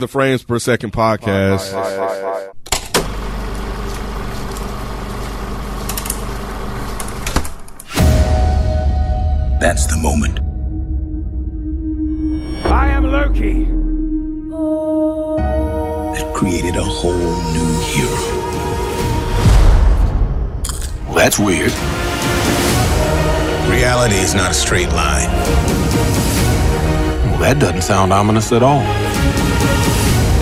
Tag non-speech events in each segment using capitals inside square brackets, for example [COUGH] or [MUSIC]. The Frames Per Second podcast. That's the moment. I am Loki. that created a whole new hero. Well, that's weird. Reality is not a straight line. Well, that doesn't sound ominous at all.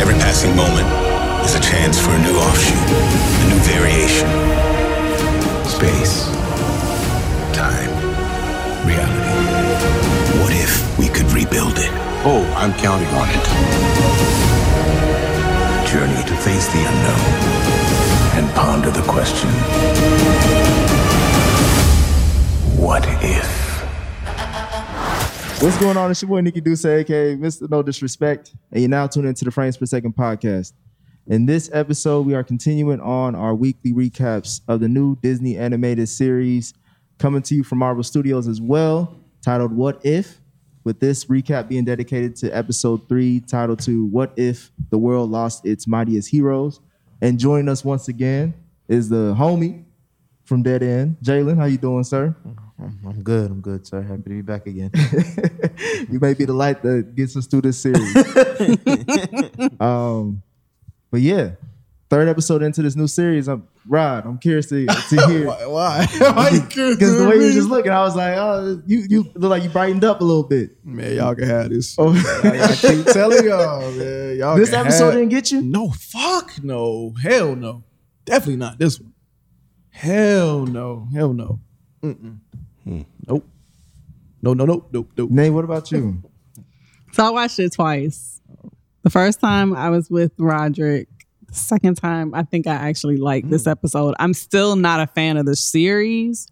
Every passing moment is a chance for a new offshoot, a new variation. Space, time, reality. What if we could rebuild it? Oh, I'm counting on it journey to face the unknown and ponder the question what if? What's going on? It's your boy Nikki Duce, aka Mr. No Disrespect, and you're now tuned into the Frames Per Second podcast. In this episode, we are continuing on our weekly recaps of the new Disney animated series coming to you from Marvel Studios as well, titled What If? With this recap being dedicated to episode three, titled to What If the World Lost Its Mightiest Heroes? And joining us once again is the homie from Dead End, Jalen. How you doing, sir? I'm good. I'm good, sir. Happy to be [LAUGHS] back again. you may be the light that gets us through this [LAUGHS] series. um, but yeah, third episode into this new series. I'm Rod. I'm curious to, to [LAUGHS] hear Why? [LAUGHS] [LAUGHS] Why you curious? because the way you were just looking, I was like, oh, you you look like you brightened up a little bit. man, y'all can have this. Oh. I keep telling uh, [LAUGHS] y'all, man. Y'all this can episode have- didn't get you. No, fuck no. Hell no. Definitely not this one. Hell no. Hell no. Mm-mm. Nope. No, no, no, nope, nope. Nate, what about you? So I watched it twice. The first time I was with Roderick. The second time I think I actually liked this episode. I'm still not a fan of the series,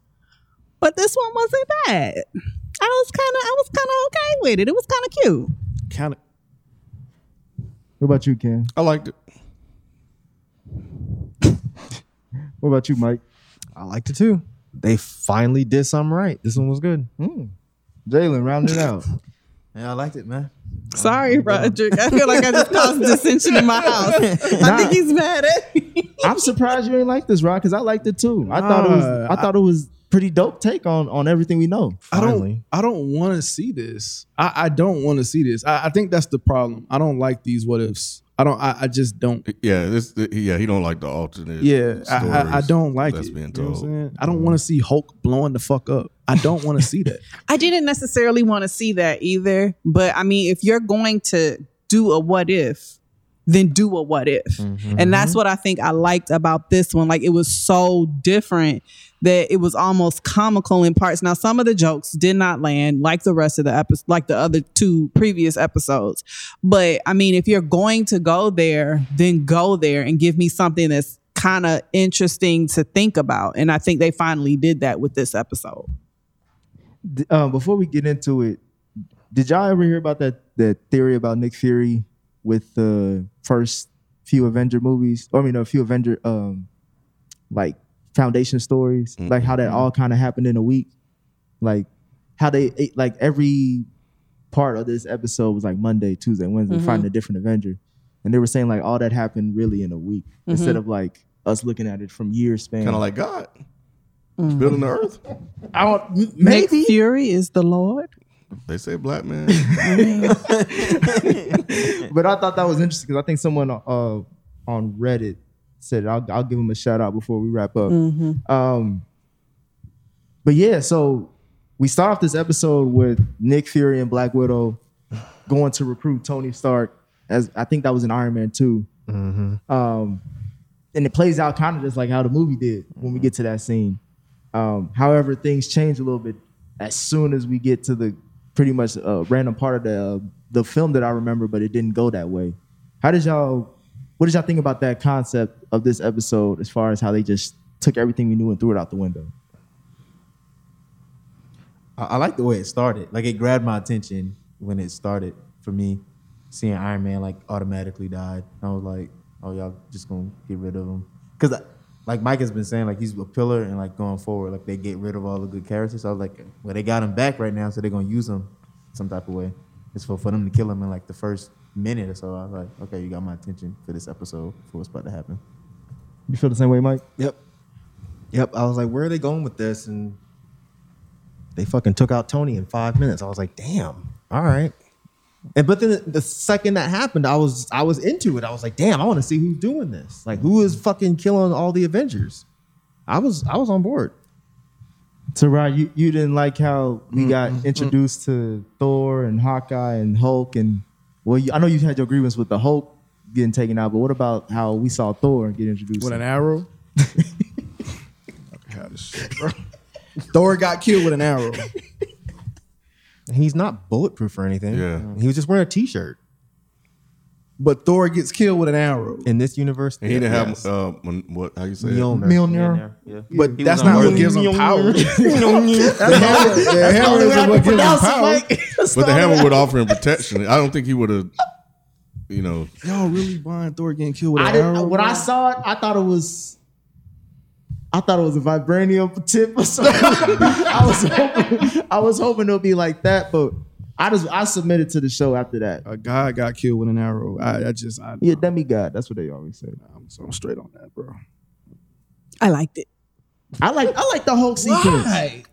but this one wasn't bad. I was kind of I was kind of okay with it. It was kind of cute. Kind of. What about you, Ken? I liked it. [LAUGHS] What about you, Mike? I liked it too. They finally did something right. This one was good. Hmm. Jalen, round it [LAUGHS] out. Yeah, I liked it, man. Sorry, Roderick. I feel like I just caused dissension in my house. I think he's mad at me. I'm surprised you didn't like this, Rod, because I liked it too. I thought it was. Nah, I, thought it was pretty dope take on on everything we know. I don't. Finally. I don't want to see this. I, I don't want to see this. I, I think that's the problem. I don't like these what ifs. I don't. I, I just don't. Yeah, this. Yeah, he don't like the alternate. Yeah, I, I, I stories don't like that's it. being you know what I'm told. saying? I don't want to see Hulk blowing the fuck up. I don't want to see that. I didn't necessarily want to see that either. But I mean, if you're going to do a what if, then do a what if. And that's what I think I liked about this one. Like it was so different that it was almost comical in parts. Now some of the jokes did not land like the rest of the episode like the other two previous episodes. But I mean, if you're going to go there, then go there and give me something that's kind of interesting to think about. And I think they finally did that with this episode. D- um, before we get into it, did y'all ever hear about that that theory about Nick Fury with the first few Avenger movies? Or, I mean, a few Avenger um, like foundation stories, like how that all kind of happened in a week, like how they it- like every part of this episode was like Monday, Tuesday, Wednesday, finding a different Avenger, and they were saying like all that happened really in a week instead of like us looking at it from year span. Kind of like God. Building the earth. I don't, Nick maybe Fury is the Lord. They say black [LAUGHS] man. but I thought that was interesting because I think someone uh, on Reddit said I'll, I'll give him a shout out before we wrap up. Um, but yeah, so we start off this episode with Nick Fury and Black Widow going to recruit Tony Stark as I think that was in Iron Man 2 Um, and it plays out kind of just like how the movie did when we get to that scene. Um, however, things change a little bit as soon as we get to the pretty much a random part of the uh, the film that I remember, but it didn't go that way. How did y'all? What did y'all think about that concept of this episode, as far as how they just took everything we knew and threw it out the window? I, I like the way it started. Like it grabbed my attention when it started for me. Seeing Iron Man like automatically died, I was like, "Oh, y'all just gonna get rid of him?" Because like Mike has been saying, like he's a pillar and like going forward, like they get rid of all the good characters. So I was like, well, they got him back right now, so they're gonna use him some type of way. It's for for them to kill him in like the first minute or so. I was like, okay, you got my attention for this episode for what's about to happen. You feel the same way, Mike? Yep. Yep. I was like, where are they going with this? And they fucking took out Tony in five minutes. I was like, damn. All right. And but then the second that happened, I was I was into it. I was like, damn, I want to see who's doing this. Like, who is fucking killing all the Avengers? I was I was on board. So Rod, you, you didn't like how we got Mm-hmm. introduced to Thor and Hawkeye and Hulk and well, you, I know you had your grievance with the Hulk getting taken out, but what about how we saw Thor get introduced? with an [LAUGHS] arrow. God, this shit, bro. Thor got killed with an arrow. And he's not bulletproof or anything. Yeah. He was just wearing a t-shirt. But Thor gets killed with an arrow. In this universe, And he didn't yes. have uh, when, what? How you say? it? Mjolnir. Mjolnir. Yeah. But that's not what gives him [LAUGHS] power. Mjolnir. hammer, the hammer isn't what gives him power. [LAUGHS] But the hammer would offer him protection. I don't think he would have. You know, Y'all really buying Thor getting killed with I an arrow? didn't, when I saw it, I thought it was, I thought it was a vibranium tip or something. [LAUGHS] I was hoping, I was hoping it'll be like that, but I just I submitted to the show after that. a guy got killed with an arrow. I, I just, I, Yeah, demigod. That's what they always say. I'm, so I'm straight on that, bro. I liked it. I like I like the Hulk sequence.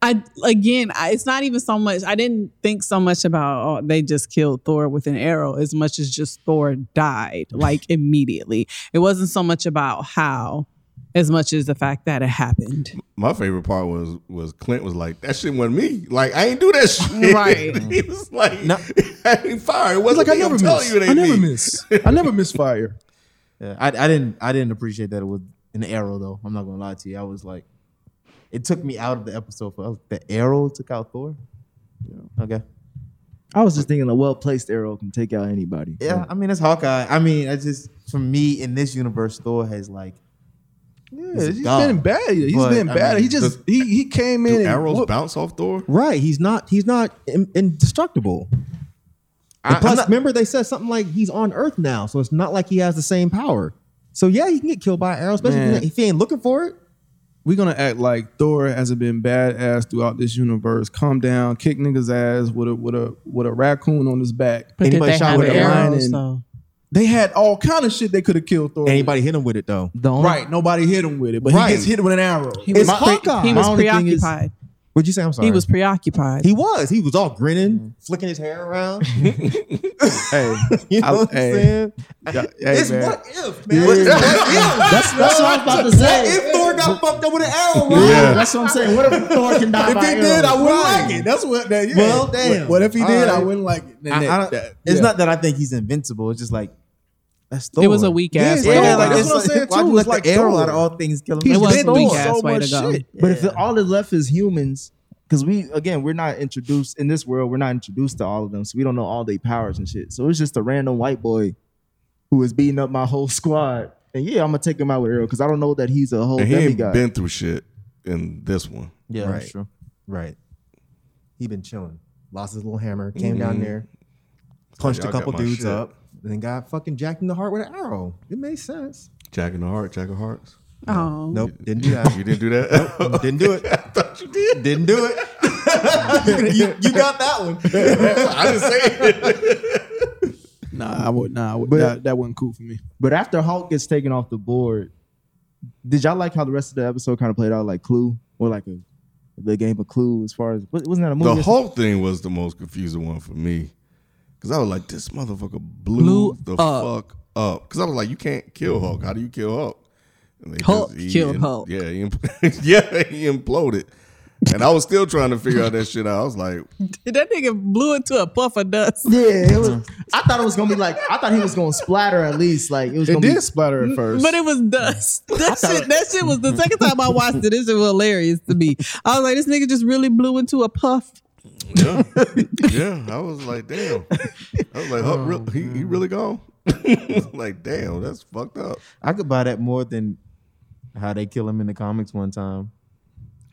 I again, I, it's not even so much. I didn't think so much about oh, they just killed Thor with an arrow as much as just Thor died like [LAUGHS] immediately. It wasn't so much about how, as much as the fact that it happened. my favorite part was was Clint was like, "That shit wasn't me. Like, I ain't do that shit." Right. [LAUGHS] he was like, [LAUGHS] "I ain't fire. It wasn't Like I me. I'm never telling miss. you it ain't I never me." miss. I never miss fire. Yeah, I, I didn't I didn't appreciate that it was an arrow though. I'm not gonna lie to you. I was like, it took me out of the episode for I was- the arrow took out Thor. Yeah. Okay. I was just thinking a well placed arrow can take out anybody. Yeah, I mean that's Hawkeye. I mean, I just for me in this universe, Thor has like Yeah, he's God. been bad. He's But, been I bad. mean, he just he he came in Do and arrows whooped- bounce off Thor? Right. He's not he's not in- indestructible. And I'm plus, not- remember they said something like he's on Earth now, so it's not like he has the same power. So yeah, he can get killed by an arrow, especially Man. if he ain't looking for it. we're gonna act like Thor hasn't been badass throughout this universe. Calm down, kick niggas ass with a with a with a raccoon on his back. But Anybody did they shot have with a lion arrows and- though? They had all kind of shit they could have killed Thor. with. Anybody hit him with it though. The only, right? Nobody hit him with it, but Right. he gets hit with an arrow. He was, It's Hawkeye. he My was only thing is- preoccupied. What'd you say? I'm sorry. He was preoccupied. he was. He was all Mm-hmm. grinning, flicking his hair [LAUGHS] around. hey, [LAUGHS] You know I- what I'm hey. saying? yeah, hey, it's man. what if, man. What if- That's, that's what I was about to What say. if Thor got fucked up with an arrow? [LAUGHS] bro? Yeah, that's what I'm saying. What if Thor can die If by he arrow? did, I wouldn't like it. That's what. That, yeah. Well, damn. What, what if he All did? I right. wouldn't like it. Then I- that- I don't- that- it's yeah. not that I think he's invincible. It's just like that's Thor. It was a weak ass. Yeah, way yeah, to like, go. that's what I'm saying, Why too. you let It's like the arrow Thor. out of all things kill him? It He's was been a Thor. weak ass so way to much go. shit. But if all that's left is humans, because we again we're not introduced in this world, we're not introduced to all of them, so we don't know all their powers and shit. So it's just a random white boy who is beating up my whole squad. And yeah, I'm gonna take him out with arrow because I don't know that he's a whole And he ain't demigod. been through shit in this one. Yeah, Right. that's true. Right. He been chilling. Lost his little hammer, came down there, It's punched like, a y'all couple got my dudes shit. up, then got fucking jacked in the heart with an arrow. It made sense. Jack in the heart, Jack of hearts. Oh, Nope, didn't do [LAUGHS] that. You didn't do that. didn't do it. I thought you did. Didn't do it. you, you got that one. I didn't say [LAUGHS] it. Nah, I would. Nah, I would, But- that, that wasn't cool for me. But after Hulk gets taken off the board, did y'all like how the rest of the episode kind of played out like Clue or like a the game of Clue as far as wa- wasn't that a movie? The or something? whole thing was the most confusing one for me because I was like, this motherfucker blew, Blew the up. Mm. fuck up. Because I was like, you can't kill Hulk. How do you kill Hulk? And they Hulk he killed im- Hulk. Yeah, he impl- [LAUGHS] yeah, he imploded. And I was still trying to figure out that shit out. I was like, [LAUGHS] that nigga blew into a puff of dust. yeah, it was, I thought it was gonna be like I thought he was gonna splatter at least like it was It gonna be did splatter at first. But it was dust. [LAUGHS] That shit, that shit was the second time I watched it. This shit was hilarious to me. I was like, this nigga just really blew into a puff [LAUGHS] Yeah, yeah. I was like, damn. I was like, huh, Oh, real- he, he really gone? [LAUGHS] like, damn, that's fucked up. I could buy that more than how they kill him in the comics one time.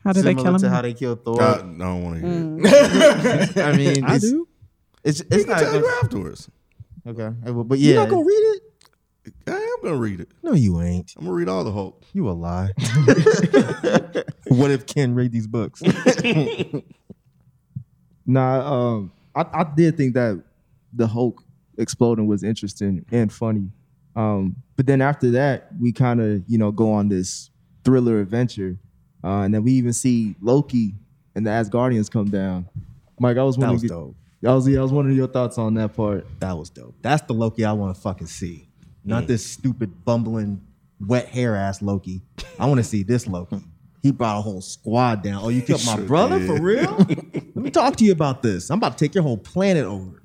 How did they Similar kill him? to how they killed Thor. God, I don't want to hear. it. [LAUGHS] I mean, I it's, do. It's He Mm. it's can not tell you good. afterwards. okay, I will- but You yeah, not gonna read it? I am gonna read it. No, you ain't. I'm gonna read all the Hulk. You a [LAUGHS] lie. what if Ken read these books? Nah, um, I, I did think that the Hulk exploding was interesting and funny. Um, but then after that, we kind of, you know, go on this thriller adventure. Uh, and then we even see Loki and the Asgardians come down. Mike, I was That wondering. was dope. I was, yeah, I was wondering your thoughts on that part. That was dope. That's the Loki I want to fucking see. Not this stupid bumbling wet hair ass Loki. I want to see this Loki. He brought a whole squad down. Oh, you killed my brother for [LAUGHS] real? Let me talk to you about this. I'm about to take your whole planet over.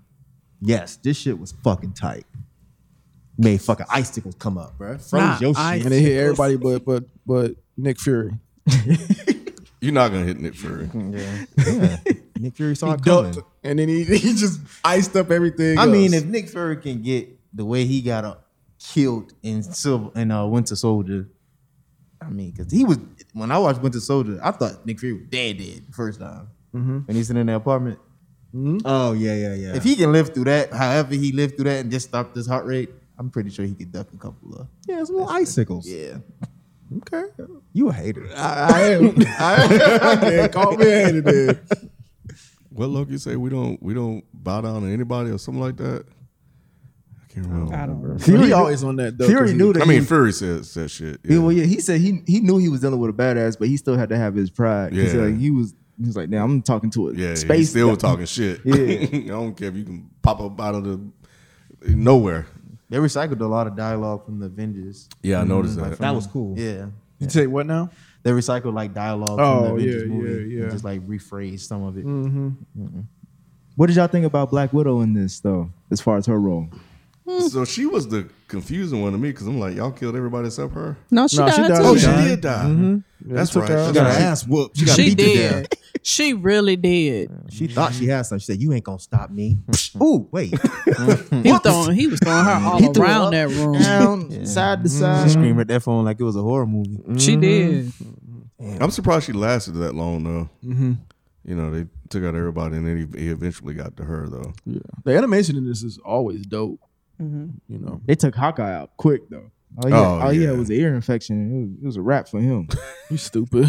Yes, this shit was fucking tight. Made fucking icicles come up, bro. Froze Nah, your shit. I- And they hit everybody but but but Nick Fury. You're not gonna hit Nick Fury. Nick Fury saw it coming. Ducked, and then he, [LAUGHS] he just iced up everything. I mean, else. if Nick Fury can get the way he got uh, killed in Silver in uh, Winter Soldier, I mean, because he was when I watched Winter Soldier, I thought Nick Fury was dead, dead the first time when he's in the apartment. Oh yeah, yeah, yeah. Mm-hmm. If he can live through that, however he lived through that, and just stopped his heart rate, I'm pretty sure he could duck a couple of. yeah, it's little icicles. Yeah, Okay, you a hater. I am. I am. Man, call me a hater, dude. [LAUGHS] What Loki say? We don't we don't bow down to anybody or something like that. I can't remember. I, Fury Oh, he always on that. Though, Fury 'cause he- knew that. mean, he, Fury said said shit. yeah, Yeah. well, yeah, he said he he knew he was dealing with a badass, but he still had to have his pride. 'Cause, Yeah. like, he was he was like, "Damn, I'm talking to a Yeah, yeah, space." he still guy." talking shit. Yeah. [LAUGHS] I don't care if you can pop up out of the nowhere. they recycled a lot of dialogue from the Avengers. Yeah, I noticed that. That was cool. Yeah, You say what now? they recycled like dialogue from the Oh, Avengers yeah, movie yeah, and yeah. just like rephrased some of it. What did y'all think about Black Widow in this though, as far as her role? so she was the confusing one to me because I'm like, y'all killed everybody except her. no, she No, she died died. too. Oh, she yeah. did die. Mm-hmm. That's took right. her out. She She got got her ass. whooped. She got She beat to death. did. She really did. She thought she had something. She said, "You ain't gonna stop me." Mm-hmm. Ooh, wait. He was throwing, he was throwing her all threw around up that room. down, [LAUGHS] side to Mm-hmm. side. Scream at that phone like it was a horror [LAUGHS] movie. She did. I'm surprised she lasted that long though. Mm-hmm. You know, they took out everybody and then he, he eventually got to her though. Yeah. The animation in this is always dope. You know, They took Hawkeye out quick though. Oh yeah, Oh, oh, yeah. yeah. it was an ear infection. It was, it was a wrap for [LAUGHS] him. you stupid.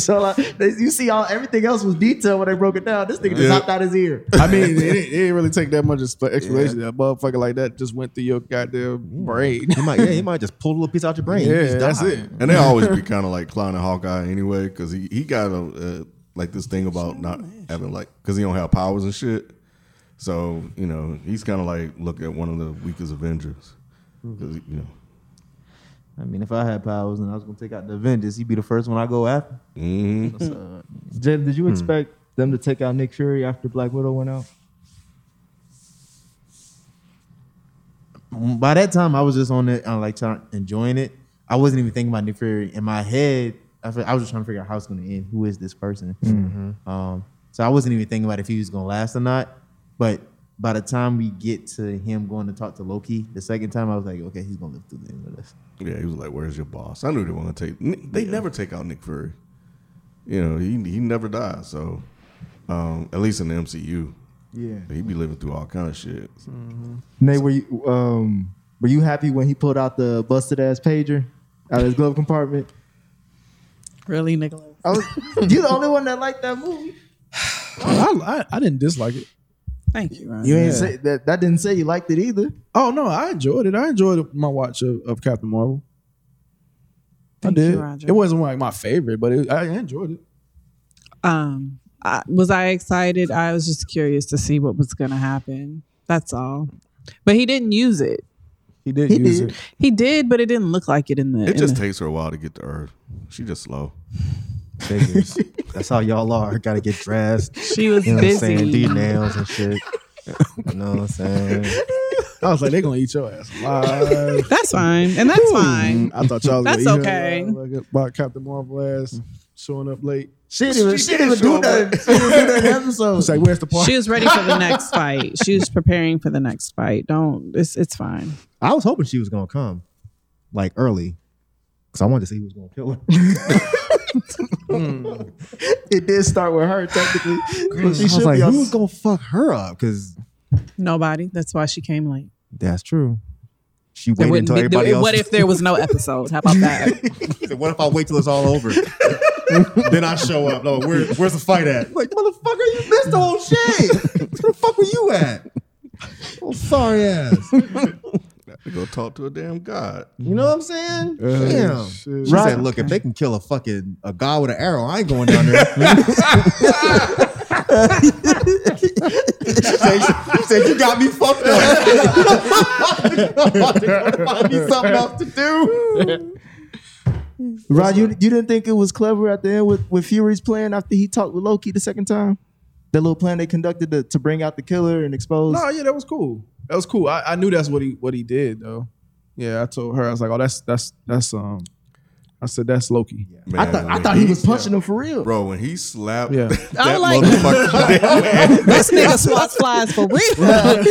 so like, they- you see, all everything else was detailed when they broke it down. This nigga just Yeah. knocked out his [LAUGHS] ear. I mean, it, didn't- it didn't really take that much expla- explanation. That motherfucker like that just went through your goddamn brain. He might, yeah, he might just pull a little piece out your brain. You yeah, just that's die. it. And they always be kind of like clowning Hawkeye anyway, because he, he got a, uh, like this thing about not having like because he don't have powers and shit. So you know he's kind of like look at one of the weakest Avengers, 'Cause, you know. I mean, if I had powers and I was gonna take out the Avengers, he'd be the first one I go after. Mhm. Jim, did you expect them to take out Nick Fury after Black Widow went out? By that time, I was just on it, on like trying, enjoying it. I wasn't even thinking about Nick Fury in my head. I, fe- I was just trying to figure out how it's gonna end. Who is this person? Mm-hmm. Um, so I wasn't even thinking about if he was gonna last or not. But by the time we get to him going to talk to Loki the second time, I was like, okay, he's gonna live through the end of this. Yeah, he was like, "Where's your boss?" I knew they were gonna take. Nick- They never take out Nick Fury. You know, he he never dies. So, um, at least in the MCU, Yeah. he be living through all kind of shit. Nate, were you um were you happy when he pulled out the busted ass pager out of his glove compartment? [LAUGHS] Really, Nicola. I was, You're the only one that liked that movie. [LAUGHS] I, I I didn't dislike it. Thank you. Ryan. you ain't say that. That didn't say you liked it either. Oh no, I enjoyed it. I enjoyed my watch of, of Captain Marvel. Thank I you, did. Roger. It wasn't like my favorite, but it, I enjoyed it. Um, I, was I excited? I was just curious to see what was going to happen. That's all. But he didn't use it. He did use it. He did, but it didn't look like it in the. It in just the- takes her a while to get to Earth. She just slow. Figures. that's how y'all are. Gotta get dressed. she was You know what I'm busy. saying? Do your nails and shit. You know what I'm saying? I was like, they're gonna eat your ass alive. That's fine, and that's fine. I thought y'all was That's gonna eat her okay. alive, like, about Captain Marvel ass. showing up late. She didn't even, she didn't even do nothing. She didn't do that episode. It's like, where's the [LAUGHS] party? She was ready for the next fight. She was preparing for the next fight. Don't. It's it's fine. I was hoping she was gonna come, like early, because I wanted to see who was gonna kill her. Hmm. It did start with her technically. but she I was should like, be on- who's gonna fuck her up? Because Nobody. That's why she came late. that's true. She There waited wouldn't until be, everybody there- else. what if there was no episode? How about that? Said, what if I wait till it's all over? [LAUGHS] then I show up. No, where, where's the fight at? Like, motherfucker, you missed the whole shit. Where the fuck were you at? Oh, sorry ass. You to go talk to a damn god. know what I'm saying? Damn. shit. She said, look, if they can kill a fucking a guy with an arrow, I ain't going down there. she, said, she said, you got me fucked [LAUGHS] up. I'm about to go find me something else to do. Rod, you, you didn't think it was clever at the end with, with Fury's plan after he talked with Loki the second time? That little plan they conducted to, to bring out the killer and expose. No, yeah, that was cool. That was cool. I, I knew that's what he what he did though. Yeah, I told her I was like, oh, that's that's that's um, I said that's Loki. I thought I when thought he was punching him for real. Bro, when he slapped [LAUGHS] [LAUGHS] Yeah. that, I'm like- motherfucker down this nigga swats flies for real.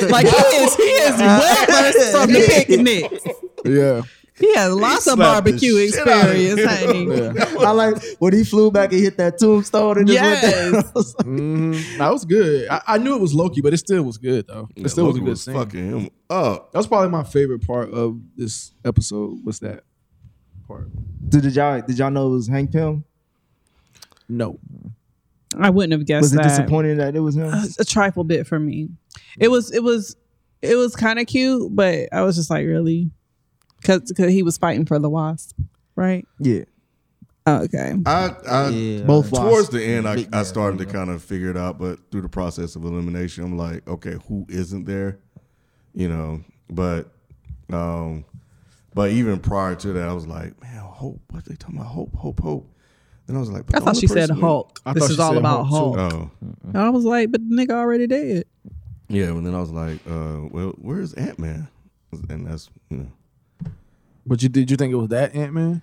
Like he is, he is well versed from the picnics. Yeah, He has lots of slapped the barbecue shit out of experience, honey. [LAUGHS] I like when he flew back and hit that tombstone and just went down. Yes. I was like, that Mm-hmm. was good. I, I knew it was Loki, but it still was good though. It still was a Loki good scene. fucking him up. That was probably my favorite part of this episode. Was that part? Did, did y'all did y'all know it was Hank Pym? No, I wouldn't have guessed Was it that. disappointing that it was him? It's a trifle bit for me. It was it was it was kind of cute, but I was just like, really, because he was fighting for the wasp, right? Yeah, Okay, I, I both towards lost. the end, I, I started to kind of figure it out, but through the process of elimination, I'm like, okay, who isn't there? You know, but um, but even prior to that, I was like, man, hope. What they talking about? Hope, hope, hope. Then I was like, but I the thought only she said person that- Hulk. I This thought is she all said about Hulk, Hulk. too. Oh, And I was like, but the nigga already dead. yeah. And then I was like, uh, well, where's Ant Man? And that's you know, but you did you think it was that Ant Man?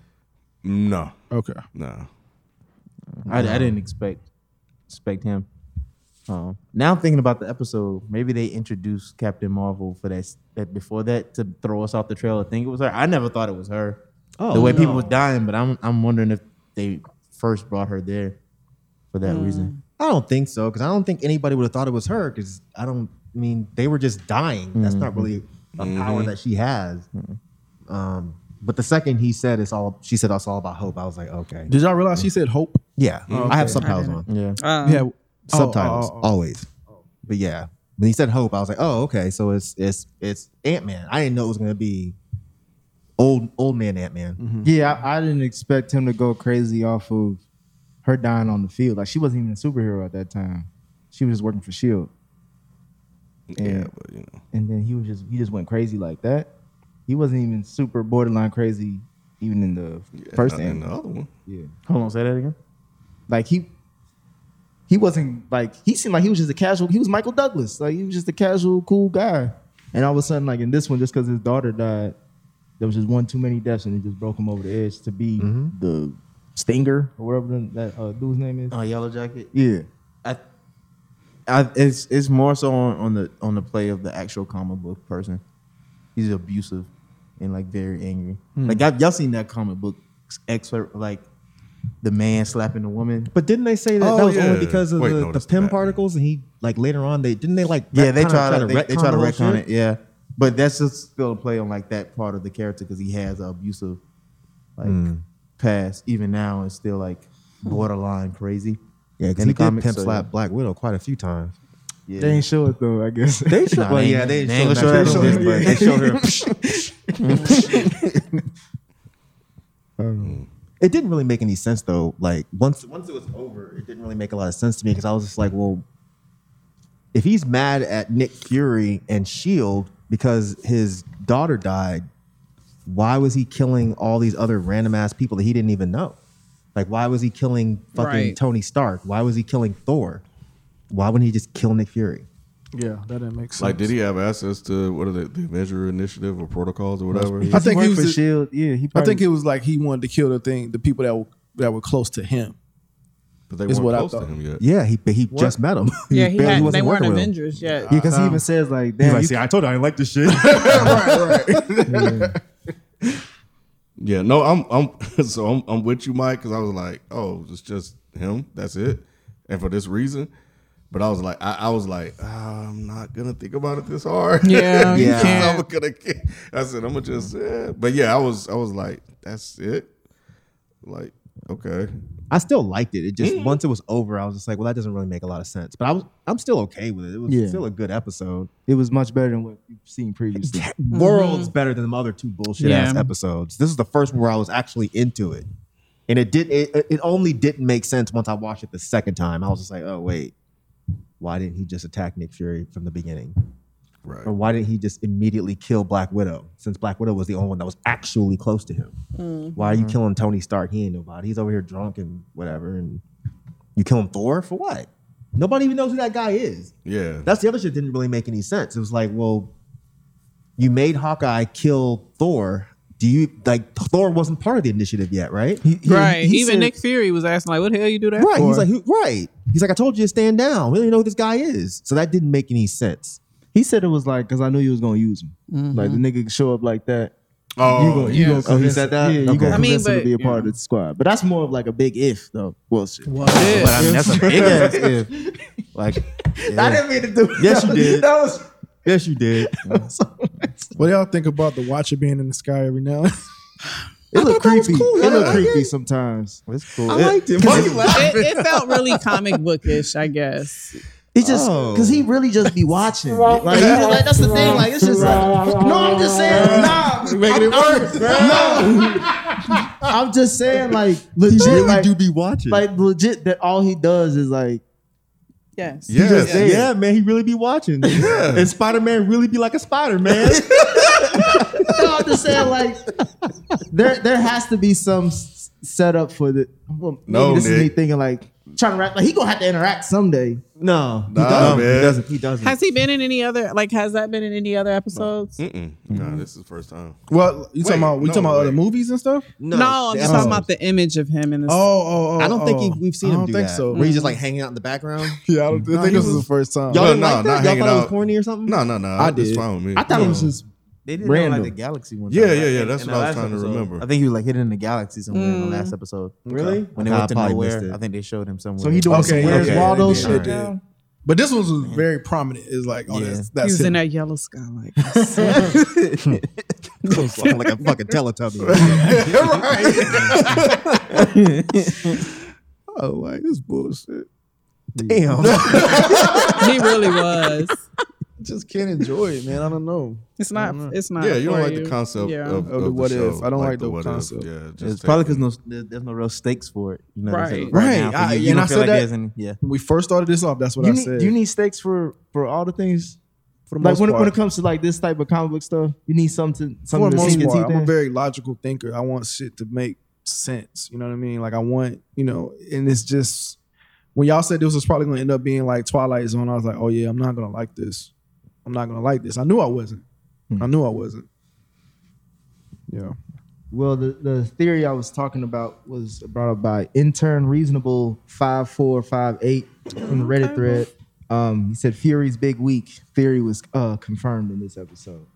no, Okay, no. I, I Um, didn't expect expect him. Um, now I'm thinking about the episode. Maybe they introduced Captain Marvel for that, that before that to throw us off the trail. I think it was her. I never thought it was her. Oh, the way people were dying, but I'm I'm wondering if they first brought her there for that reason. I don't think so because I don't think anybody would have thought it was her because I don't I mean they were just dying. That's not Mm-hmm. really a power that she has. Um, but the second he said it's all, she said it's all about hope. I was like, okay, did y'all realize she said Hope? yeah, Oh, I have subtitles I on, Yeah, Um, Yeah, subtitles Oh, oh, oh. always. But yeah, when he said hope, I was like, oh okay, so it's it's it's Ant Man. I didn't know it was gonna be old old man Ant Man. Mm-hmm. Yeah, I, I didn't expect him to go crazy off of her dying on the field. Like she wasn't even a superhero at that time. She was just working for Shield. Yeah, but you know, E and then he was just he just went crazy like that. He wasn't even super borderline crazy, even in the first and, and the anime. other one. Yeah, hold on, say that again. like he he wasn't like he seemed like he was just a casual. He was Michael Douglas, like he was just a casual, cool guy. And all of a sudden, like in this one, just because his daughter died, there was just one too many deaths, and it just broke him over the edge to be the Stinger or whatever the- that uh, dude's name is. Oh, Yellow Jacket. yeah, I, I, it's it's more so on, on the on the play of the actual comic book person. He's abusive and like very angry. Like I've, y'all seen that comic book excerpt, like the man slapping the woman. But didn't they say that Oh, that was yeah. only because of Wait, the, no, the that's Pym Batman. particles? And he like later on they didn't they like Yeah, they retcon- try to they, they try to the whole shit? retcon it. Yeah, but that's just still a play on like that part of the character because he has an abusive like Hmm. past. Even now, it's still like borderline crazy. Yeah, because In he the did comics, pimp so, slap Black Widow quite a few times. Yeah. they ain't show it though. I guess They should, Nah, they ain't- they ain't gonna show that on they showed her. [LAUGHS] It didn't really make any sense though. Like once once it was over, it didn't really make a lot of sense to me because I was just like, well, if he's mad at Nick Fury and Shield E because his daughter died, why was he killing all these other random ass people that he didn't even know? Like, why was he killing fucking Right. Tony Stark? Why was he killing Thor? Why wouldn't he just kill Nick Fury? yeah, that didn't make sense. Like, did he have access to what are they, the Avenger Initiative or protocols or whatever? I think worked he was. for just- Shield. E Yeah, he. I Probably, think it was like he wanted to kill the thing, the people that were that were close to him. But they Is weren't what I close to thought. him yet. Yeah, he but he just met him. [LAUGHS] Yeah, he barely had, they wasn't weren't working with him. Avengers yet. Yeah, because Uh-huh. he even says like, He's "Damn, like, you see, I told you I didn't like this [LAUGHS] shit. Yeah, no, I'm I'm [LAUGHS] so I'm I'm with you, Mike, because I was like, oh, it's just him. That's it, and for this reason. But I was like, I, I was like, I'm not gonna think about it this hard. [LAUGHS] Yeah, you Because can't. I'm gonna. get- I said I'm gonna just. eh. But yeah, I was I was like, that's it. Like okay, I still liked it. It just once it was over, I was just like, well, that doesn't really make a lot of sense. But I was I'm still okay with it. It was Yeah. still a good episode. it was much better than what you've seen previously." Worlds better than the other two bullshit ass Yeah. episodes. This is the first one where I was actually into it. And it did it, it only didn't make sense once I watched it the second time. I was just like, oh wait. Why didn't he just attack Nick Fury from the beginning? right. Or why didn't he just immediately kill Black Widow? Since Black Widow was the only one that was actually close to him. Why are you killing Tony Stark? He ain't nobody. He's over here drunk and whatever. And you killing Thor for what? Nobody even knows who that guy is. Yeah, That's the other shit that didn't really make any sense. It was like, well, you made Hawkeye kill Thor. Do you like Thor wasn't part of the initiative yet, right? right. he Even said- Nick Fury was asking, like, what the hell you do that Right. for? He's like, who, right. He's like, I told you to stand down. We don't even know who this guy is. So that didn't make any sense. He said it was like, "Cause I knew you was gonna use him. Mm-hmm. Like the nigga show up like that." Oh, you gonna, you gonna Oh, he convince- said that? Yeah, you Okay. gonna I mean, convince him to but- be a part of the squad. But that's more of like a big if, though. Well, shit. What if? I mean, [LAUGHS] that's a big ass if. [LAUGHS] Like, I didn't mean to do. Yes, you did. That was. Yes, you [LAUGHS] did. What do y'all think about the Watcher being in the sky every now? and It look that was creepy. cool. I It look like creepy sometimes. It's cool. I liked it. Why you laughing? it, it felt really comic bookish, I guess. It's just Oh. because he really just be watching. [LAUGHS] [LAUGHS] Like, he be like, that's the thing. Like it's just like no. I'm just saying nah. making it [LAUGHS] worse. I'm just saying like legit. like, be watching. like legit that all he does is like Yes. yes, just yeah. there. yeah, man, he really be [LAUGHS] watching. And Spider Man really be like a Spider Man. no, I'm just saying like there there has to be some s- setup for the. Well, maybe No, this is me Nick. thinking like trying to rap. Like he gonna have to interact someday. [LAUGHS] no, he Nah, doesn't. man. He doesn't. He doesn't. Has he been in any other, like, has that been in any other episodes? Mm-mm. Nah, this is the first time. Well, you talking Wait, about we no, talking about wait. other movies and stuff? No, I'm just talking about the image of him in the Oh, oh, oh. I don't think oh. he, we've seen I him don't do think that. so. Where he's just like hanging out in the background. Mm. Yeah, I don't I think this is the first time. No, Y'all didn't no, like that? not Y'all hanging thought it was out. corny or something? No, no, no. I did. It's fine with me. I thought it was just They didn't Random. know like the galaxy one. Yeah, time, yeah, right? yeah, In that's the what I was last trying to episode. remember. I think he was like hidden in the galaxy somewhere in the last episode. Really? When they Okay, I went to probably missed nowhere, it. I think they showed him somewhere. so he [LAUGHS] doing Okay, some yeah, Where's okay. Waldo Yeah, shit. alright. but this one was very prominent. It's like, oh, Yeah. that's he that's was in him. that yellow sky. Like, like a fucking Teletubby. [LAUGHS] oh, like this bullshit. Damn. he really was. just can't enjoy it, man. I don't know. It's not. It's not. Yeah, you don't for like the concept Yeah. of, the of what the show. if. I don't like the what if. concept. Yeah, just It's take probably it. because no, there- there's no real stakes for it. You know, they said Right. it right, Right. now for I- you, you and don't I feel said like that- there's any- yeah. When we first started this off, that's what You I need, said. you need stakes for for all the things. for the Like most when, it- when part. it comes to like this type of comic book stuff, you need something for something the to sink most your part, teeth I'm a in. very logical thinker. I want shit to make sense. You know what I mean? Like I want, you know, and it's just when y'all said this was probably gonna end up being like Twilight Zone, I was like, oh yeah, I'm not gonna like this. I'm not gonna like this. I knew I wasn't. Hmm. I knew I wasn't. Yeah. Well, the, the theory I was talking about was brought up by intern reasonable five four five eight in the Reddit thread. Um, he said Fury's big week theory was uh, confirmed in this episode,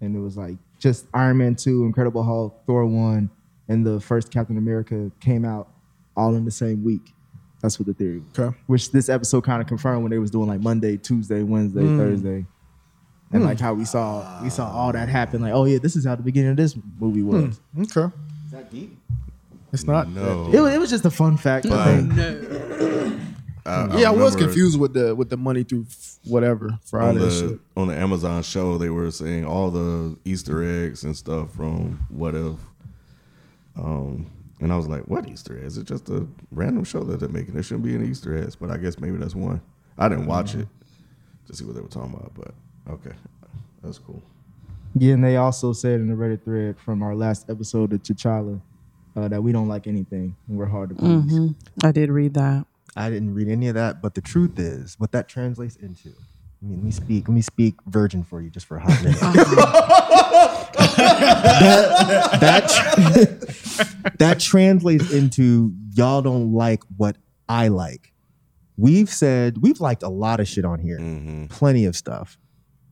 and it was like just Iron Man two, Incredible Hulk, Thor one, and the first Captain America came out all in the same week. That's what the theory. Was. Okay. Which this episode kind of confirmed when they was doing like Monday, Tuesday, Wednesday, Thursday. And like how we saw we saw all that happen, like oh yeah, this is how the beginning of this movie was. Okay. Is that deep? It's not. No. It was, it was just a fun fact. I think. Yeah, I was remember confused with the with the money through f- whatever On Friday the, shit. on the Amazon show, they were saying all the Easter eggs and stuff from What If. Um, and I was like, what Easter eggs? It's just a random show that they're making. There shouldn't be any Easter eggs, but I guess maybe that's one. I didn't watch it Mm-hmm. to see what they were talking about, but okay. That's cool. Yeah, and they also said in the Reddit thread from our last episode of T'Challa uh, that we don't like anything and we're hard to please. I did read that. I didn't read any of that, but the truth is what that translates into. I mean, let me speak. Let me speak virgin for you just for a [LAUGHS] hot minute. [LAUGHS] [LAUGHS] that that, tr- that translates into y'all don't like what I like. We've said we've liked a lot of shit on here, plenty of stuff.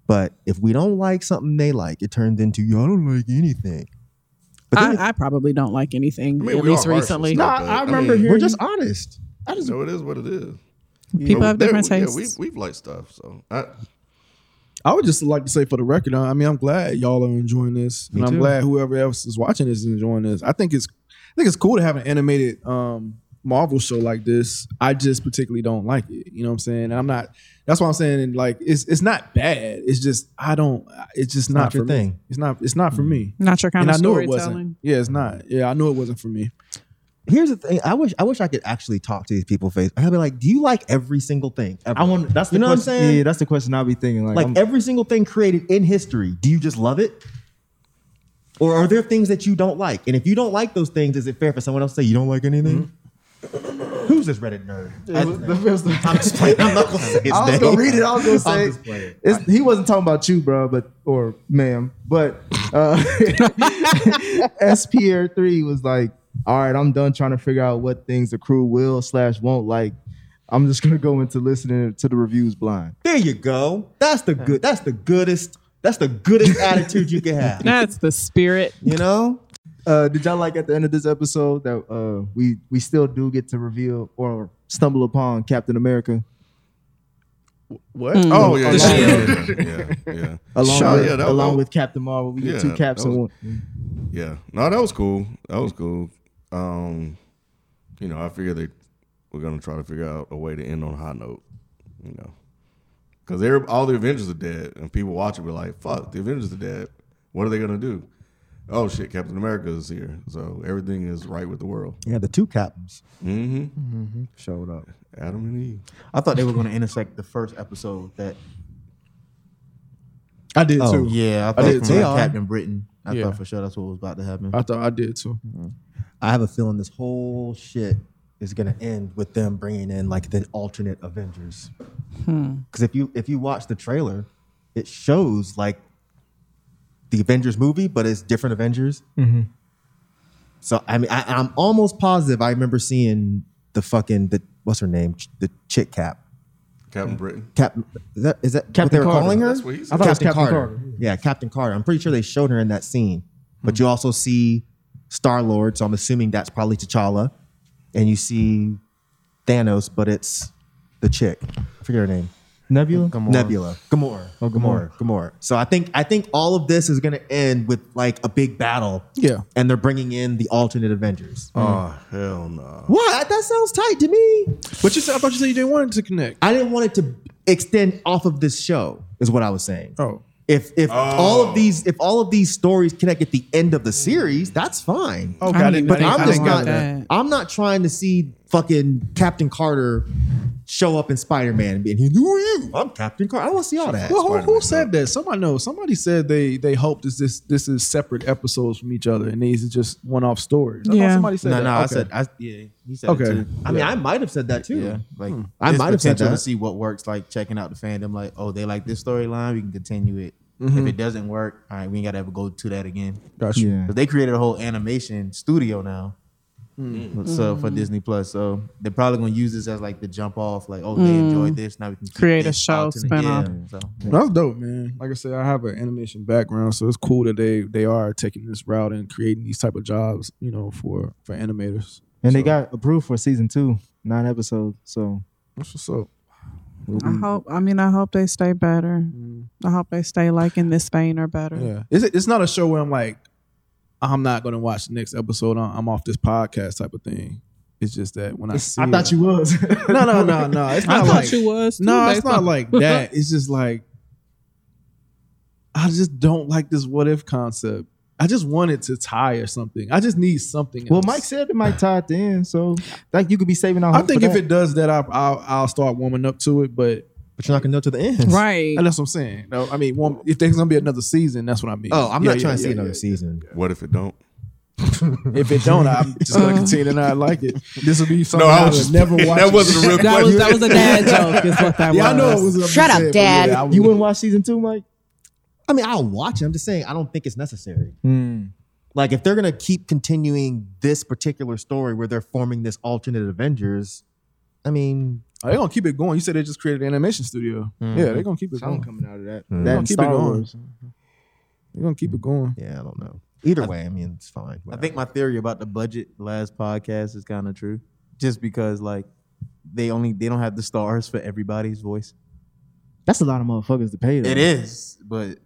But if we don't like something they like, it turns into "Yo, I don't like anything. But then I, I probably don't like anything, mean, at we least are harsh and recently. stuff, I, but, I remember mean, we're just honest. I just know it is what it is. People But have there- different yeah, tastes. we, we've liked stuff. So I, I would just like to say for the record, I I mean, I'm glad y'all are enjoying this, and I'm too. glad whoever else is watching this is enjoying this. I think it's, I think it's cool to have an animated um, Marvel show like this. I just particularly don't like it. You know what I'm saying? And I'm not. That's why I'm saying and, like it's it's not bad. It's just I don't. It's just not, not your for me. thing. It's not. It's not for me. Mm. Not your kind and I of knew it storytelling. wasn't. Yeah, it's not. Yeah, I knew it wasn't for me. Here's the thing. I wish I wish I could actually talk to these people face. I'd be like, do you like every single thing? ever?" I want. That's the You know what I'm question- saying? Yeah, that's the question I'll be thinking. Like, like I'm- every single thing created in history. Do you just love it? Or are there things that you don't like? And if you don't like those things, is it fair for someone else to say you don't like anything? Mm-hmm. Who's this Reddit nerd? [LAUGHS] I'm just playing. I'm not gonna say [LAUGHS] his I was name. gonna read it. I was gonna I'm say just playing. it's, he wasn't talking about you, bro, but or ma'am, but uh, [LAUGHS] S Pierre three was like, all right, I'm done trying to figure out what things the crew will slash won't like. I'm just gonna go into listening to the reviews blind. There you go. That's the good. That's the goodest. That's [LAUGHS] the goodest attitude you can have. That's the spirit. You know. Uh, did y'all like at the end of this episode that uh, we we still do get to reveal or stumble upon Captain America? What? Mm. oh yeah, yeah, yeah, yeah, yeah, yeah. [LAUGHS] Along, Sure, with, yeah, that- along that- with Captain Marvel, we get Yeah, two caps that in was- one. Yeah. No, that was cool. That was cool. Um, you know, I figure they we're gonna try to figure out a way to end on a high note. You know, because all the Avengers are dead, and people watching were like, "Fuck, the Avengers are dead. What are they gonna do?" Oh shit, Captain America is here, so everything is right with the world. Yeah, the two captains. Mm-hmm. Mm-hmm. Showed up. Adam and Eve. I thought they were going to intersect the first episode that I did Oh, too. Yeah, I I thought did from too. like They are. Captain Britain. I Yeah. thought for sure that's what was about to happen. I thought I did too. I have a feeling this whole shit is gonna end with them bringing in like the alternate Avengers. Hmm. Because if you if you watch the trailer, it shows like the Avengers movie, but it's different Avengers. Mm-hmm. So I mean, I, I'm almost positive. I remember seeing the fucking the what's her name, Ch- the chick cap. Captain Britain. Cap is that is that what Captain they were Carter. calling her? That's what he said. I thought it was Captain Carter. Yeah, Captain Carter. I'm pretty sure they showed her in that scene. But you also see Star Lord, so I'm assuming that's probably T'Challa. And you see Thanos, but it's the chick. I forget her name. Nebula. Nebula. Gamora. Oh, Gamora. Gamora. So I think I think all of this is gonna end with like a big battle. Yeah. And they're bringing in the alternate Avengers. Oh hell no. what? That sounds tight to me. But you said I thought you said you didn't want it to connect. I didn't want it to extend off of this show, is what I was saying. Oh. If if all of these if all of these stories connect at the end of the series, that's fine. Okay, I I mean, didn't. but Oh, I I'm didn't- I I'm didn't just get want not that. that. I'm not trying to see fucking Captain Carter show up in Spider-Man and be and who are you? I'm Captain Carter. I want to see all that. Well, who, who Spider-Man, said that? Somebody knows. Somebody said they they hoped this this this is separate episodes from each other and these are just one off stories. I thought Yeah. somebody said no, that. no, I Okay. said I yeah, he said Okay. it too. I mean, I might have said that too. Hmm. yeah, like I there's might have said potential that. to see what works. Like checking out the fandom. Like, oh, they like this storyline. We can continue it. Mm-hmm. If it doesn't work, all right, we ain't gotta ever go to that again. Gotcha. Yeah. 'Cause they created a whole animation studio now. Mm. So for Mm-hmm. Disney Plus, so they're probably gonna use this as like the jump off. Like, oh, they enjoyed this. Now we can keep Mm. Create a this show alternate- spin-off. Yeah, so. That's dope, man. Like I said, I have an animation background, so it's cool that they they are taking this route and creating these type of jobs, you know, for for animators. And so, they got approved for season two, nine episodes. So that's what's up. I hope. I mean, I hope they stay better. I hope they stay like in this vein or better. Yeah, it's it's not a show where I'm like, I'm not gonna watch the next episode. I'm, I'm off this podcast type of thing. It's just that when I see, it- you [LAUGHS] was. no, [LAUGHS] no, no, no. It's I not thought like you was. Too, No, it's based not [LAUGHS] on- like that. It's just like I just don't like this what if concept. I just want it to tie or something. I just need something. well, else. Mike said it might tie at the end, so like you could be saving our. I hope think for if that. it does that, I, I'll I'll start warming up to it. But But you're not gonna know to the end. right. and that's what I'm saying. No, I mean, warm, if there's gonna be another season, that's what I mean. Oh, I'm Yeah, not yeah, trying to see yeah, another yeah. season. What if it don't? If it don't, I'm [LAUGHS] just gonna continue to not like it. This will be something No, I I, was would just never watch. [LAUGHS] That wasn't a real That question. was that was a [LAUGHS] dad joke. Is what that was. Yeah, I know it was. a Shut up, mistake, but Dad. yeah, I you was- wouldn't watch season two, Mike. I mean, I'll watch it. I'm just saying, I don't think it's necessary. Hmm. Like, if they're gonna keep continuing this particular story where they're forming this alternate Avengers, I mean, Oh, they're gonna keep it going. You said they just created an animation studio. Yeah, they're gonna keep it Something going. coming out of that. They're That gonna and keep Mm-hmm. Star it going. Wars. They're gonna keep it going. yeah, I don't know. Either way, I mean, it's fine. I think my theory about the budget last podcast is kind of true, just because like they only they don't have the stars for everybody's voice. That's a lot of motherfuckers to pay. Though. It is, but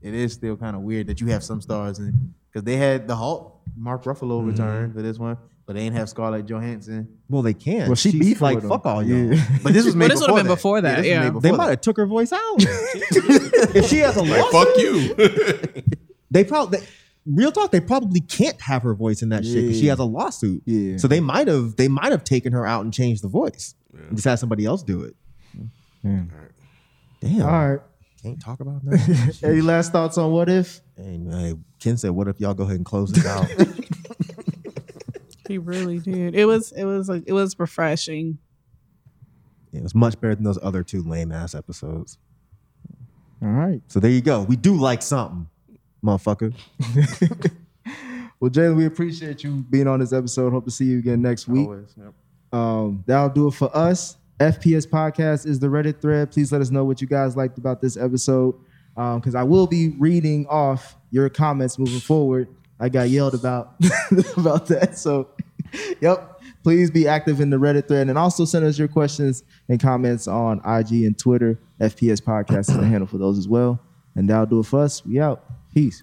it is still kind of weird that you have some stars in because they had the Hulk, Mark Ruffalo return for this one, but they didn't have Scarlett Johansson. Well, they can. Well, she She's beefed like with fuck him. all y'all. But [LAUGHS] this was But made this before would've been before that, this was yeah. made They before might that. have took her [LAUGHS] voice out. if she has a Like lawsuit, fuck you. they probably real talk. They probably can't have her voice in that shit 'cause shit. She Yeah. has a lawsuit. Yeah. So they might have they might have taken her out and changed the voice. And just had somebody else do it. Damn. All right. Can't talk about [LAUGHS] that. Any last thoughts on what if? and uh, Ken said, "What if y'all go ahead and close [LAUGHS] this out?" He really did. It was it was like it was refreshing. it was much better than those other two lame ass episodes. All right. So there you go. We do like something, motherfucker. Well, Jalen, we appreciate you being on this episode. Hope to see you again next week. Um, that'll do it for us. FPS Podcast is the Reddit thread. Please let us know what you guys liked about this episode. Because I will be reading off your comments moving forward. I got yelled about [LAUGHS] about that. So, [LAUGHS] yep. Please be active in the Reddit thread and also send us your questions and comments on IG and Twitter. FPS Podcast is the handle for those as well. And that'll do it for us. We out. Peace.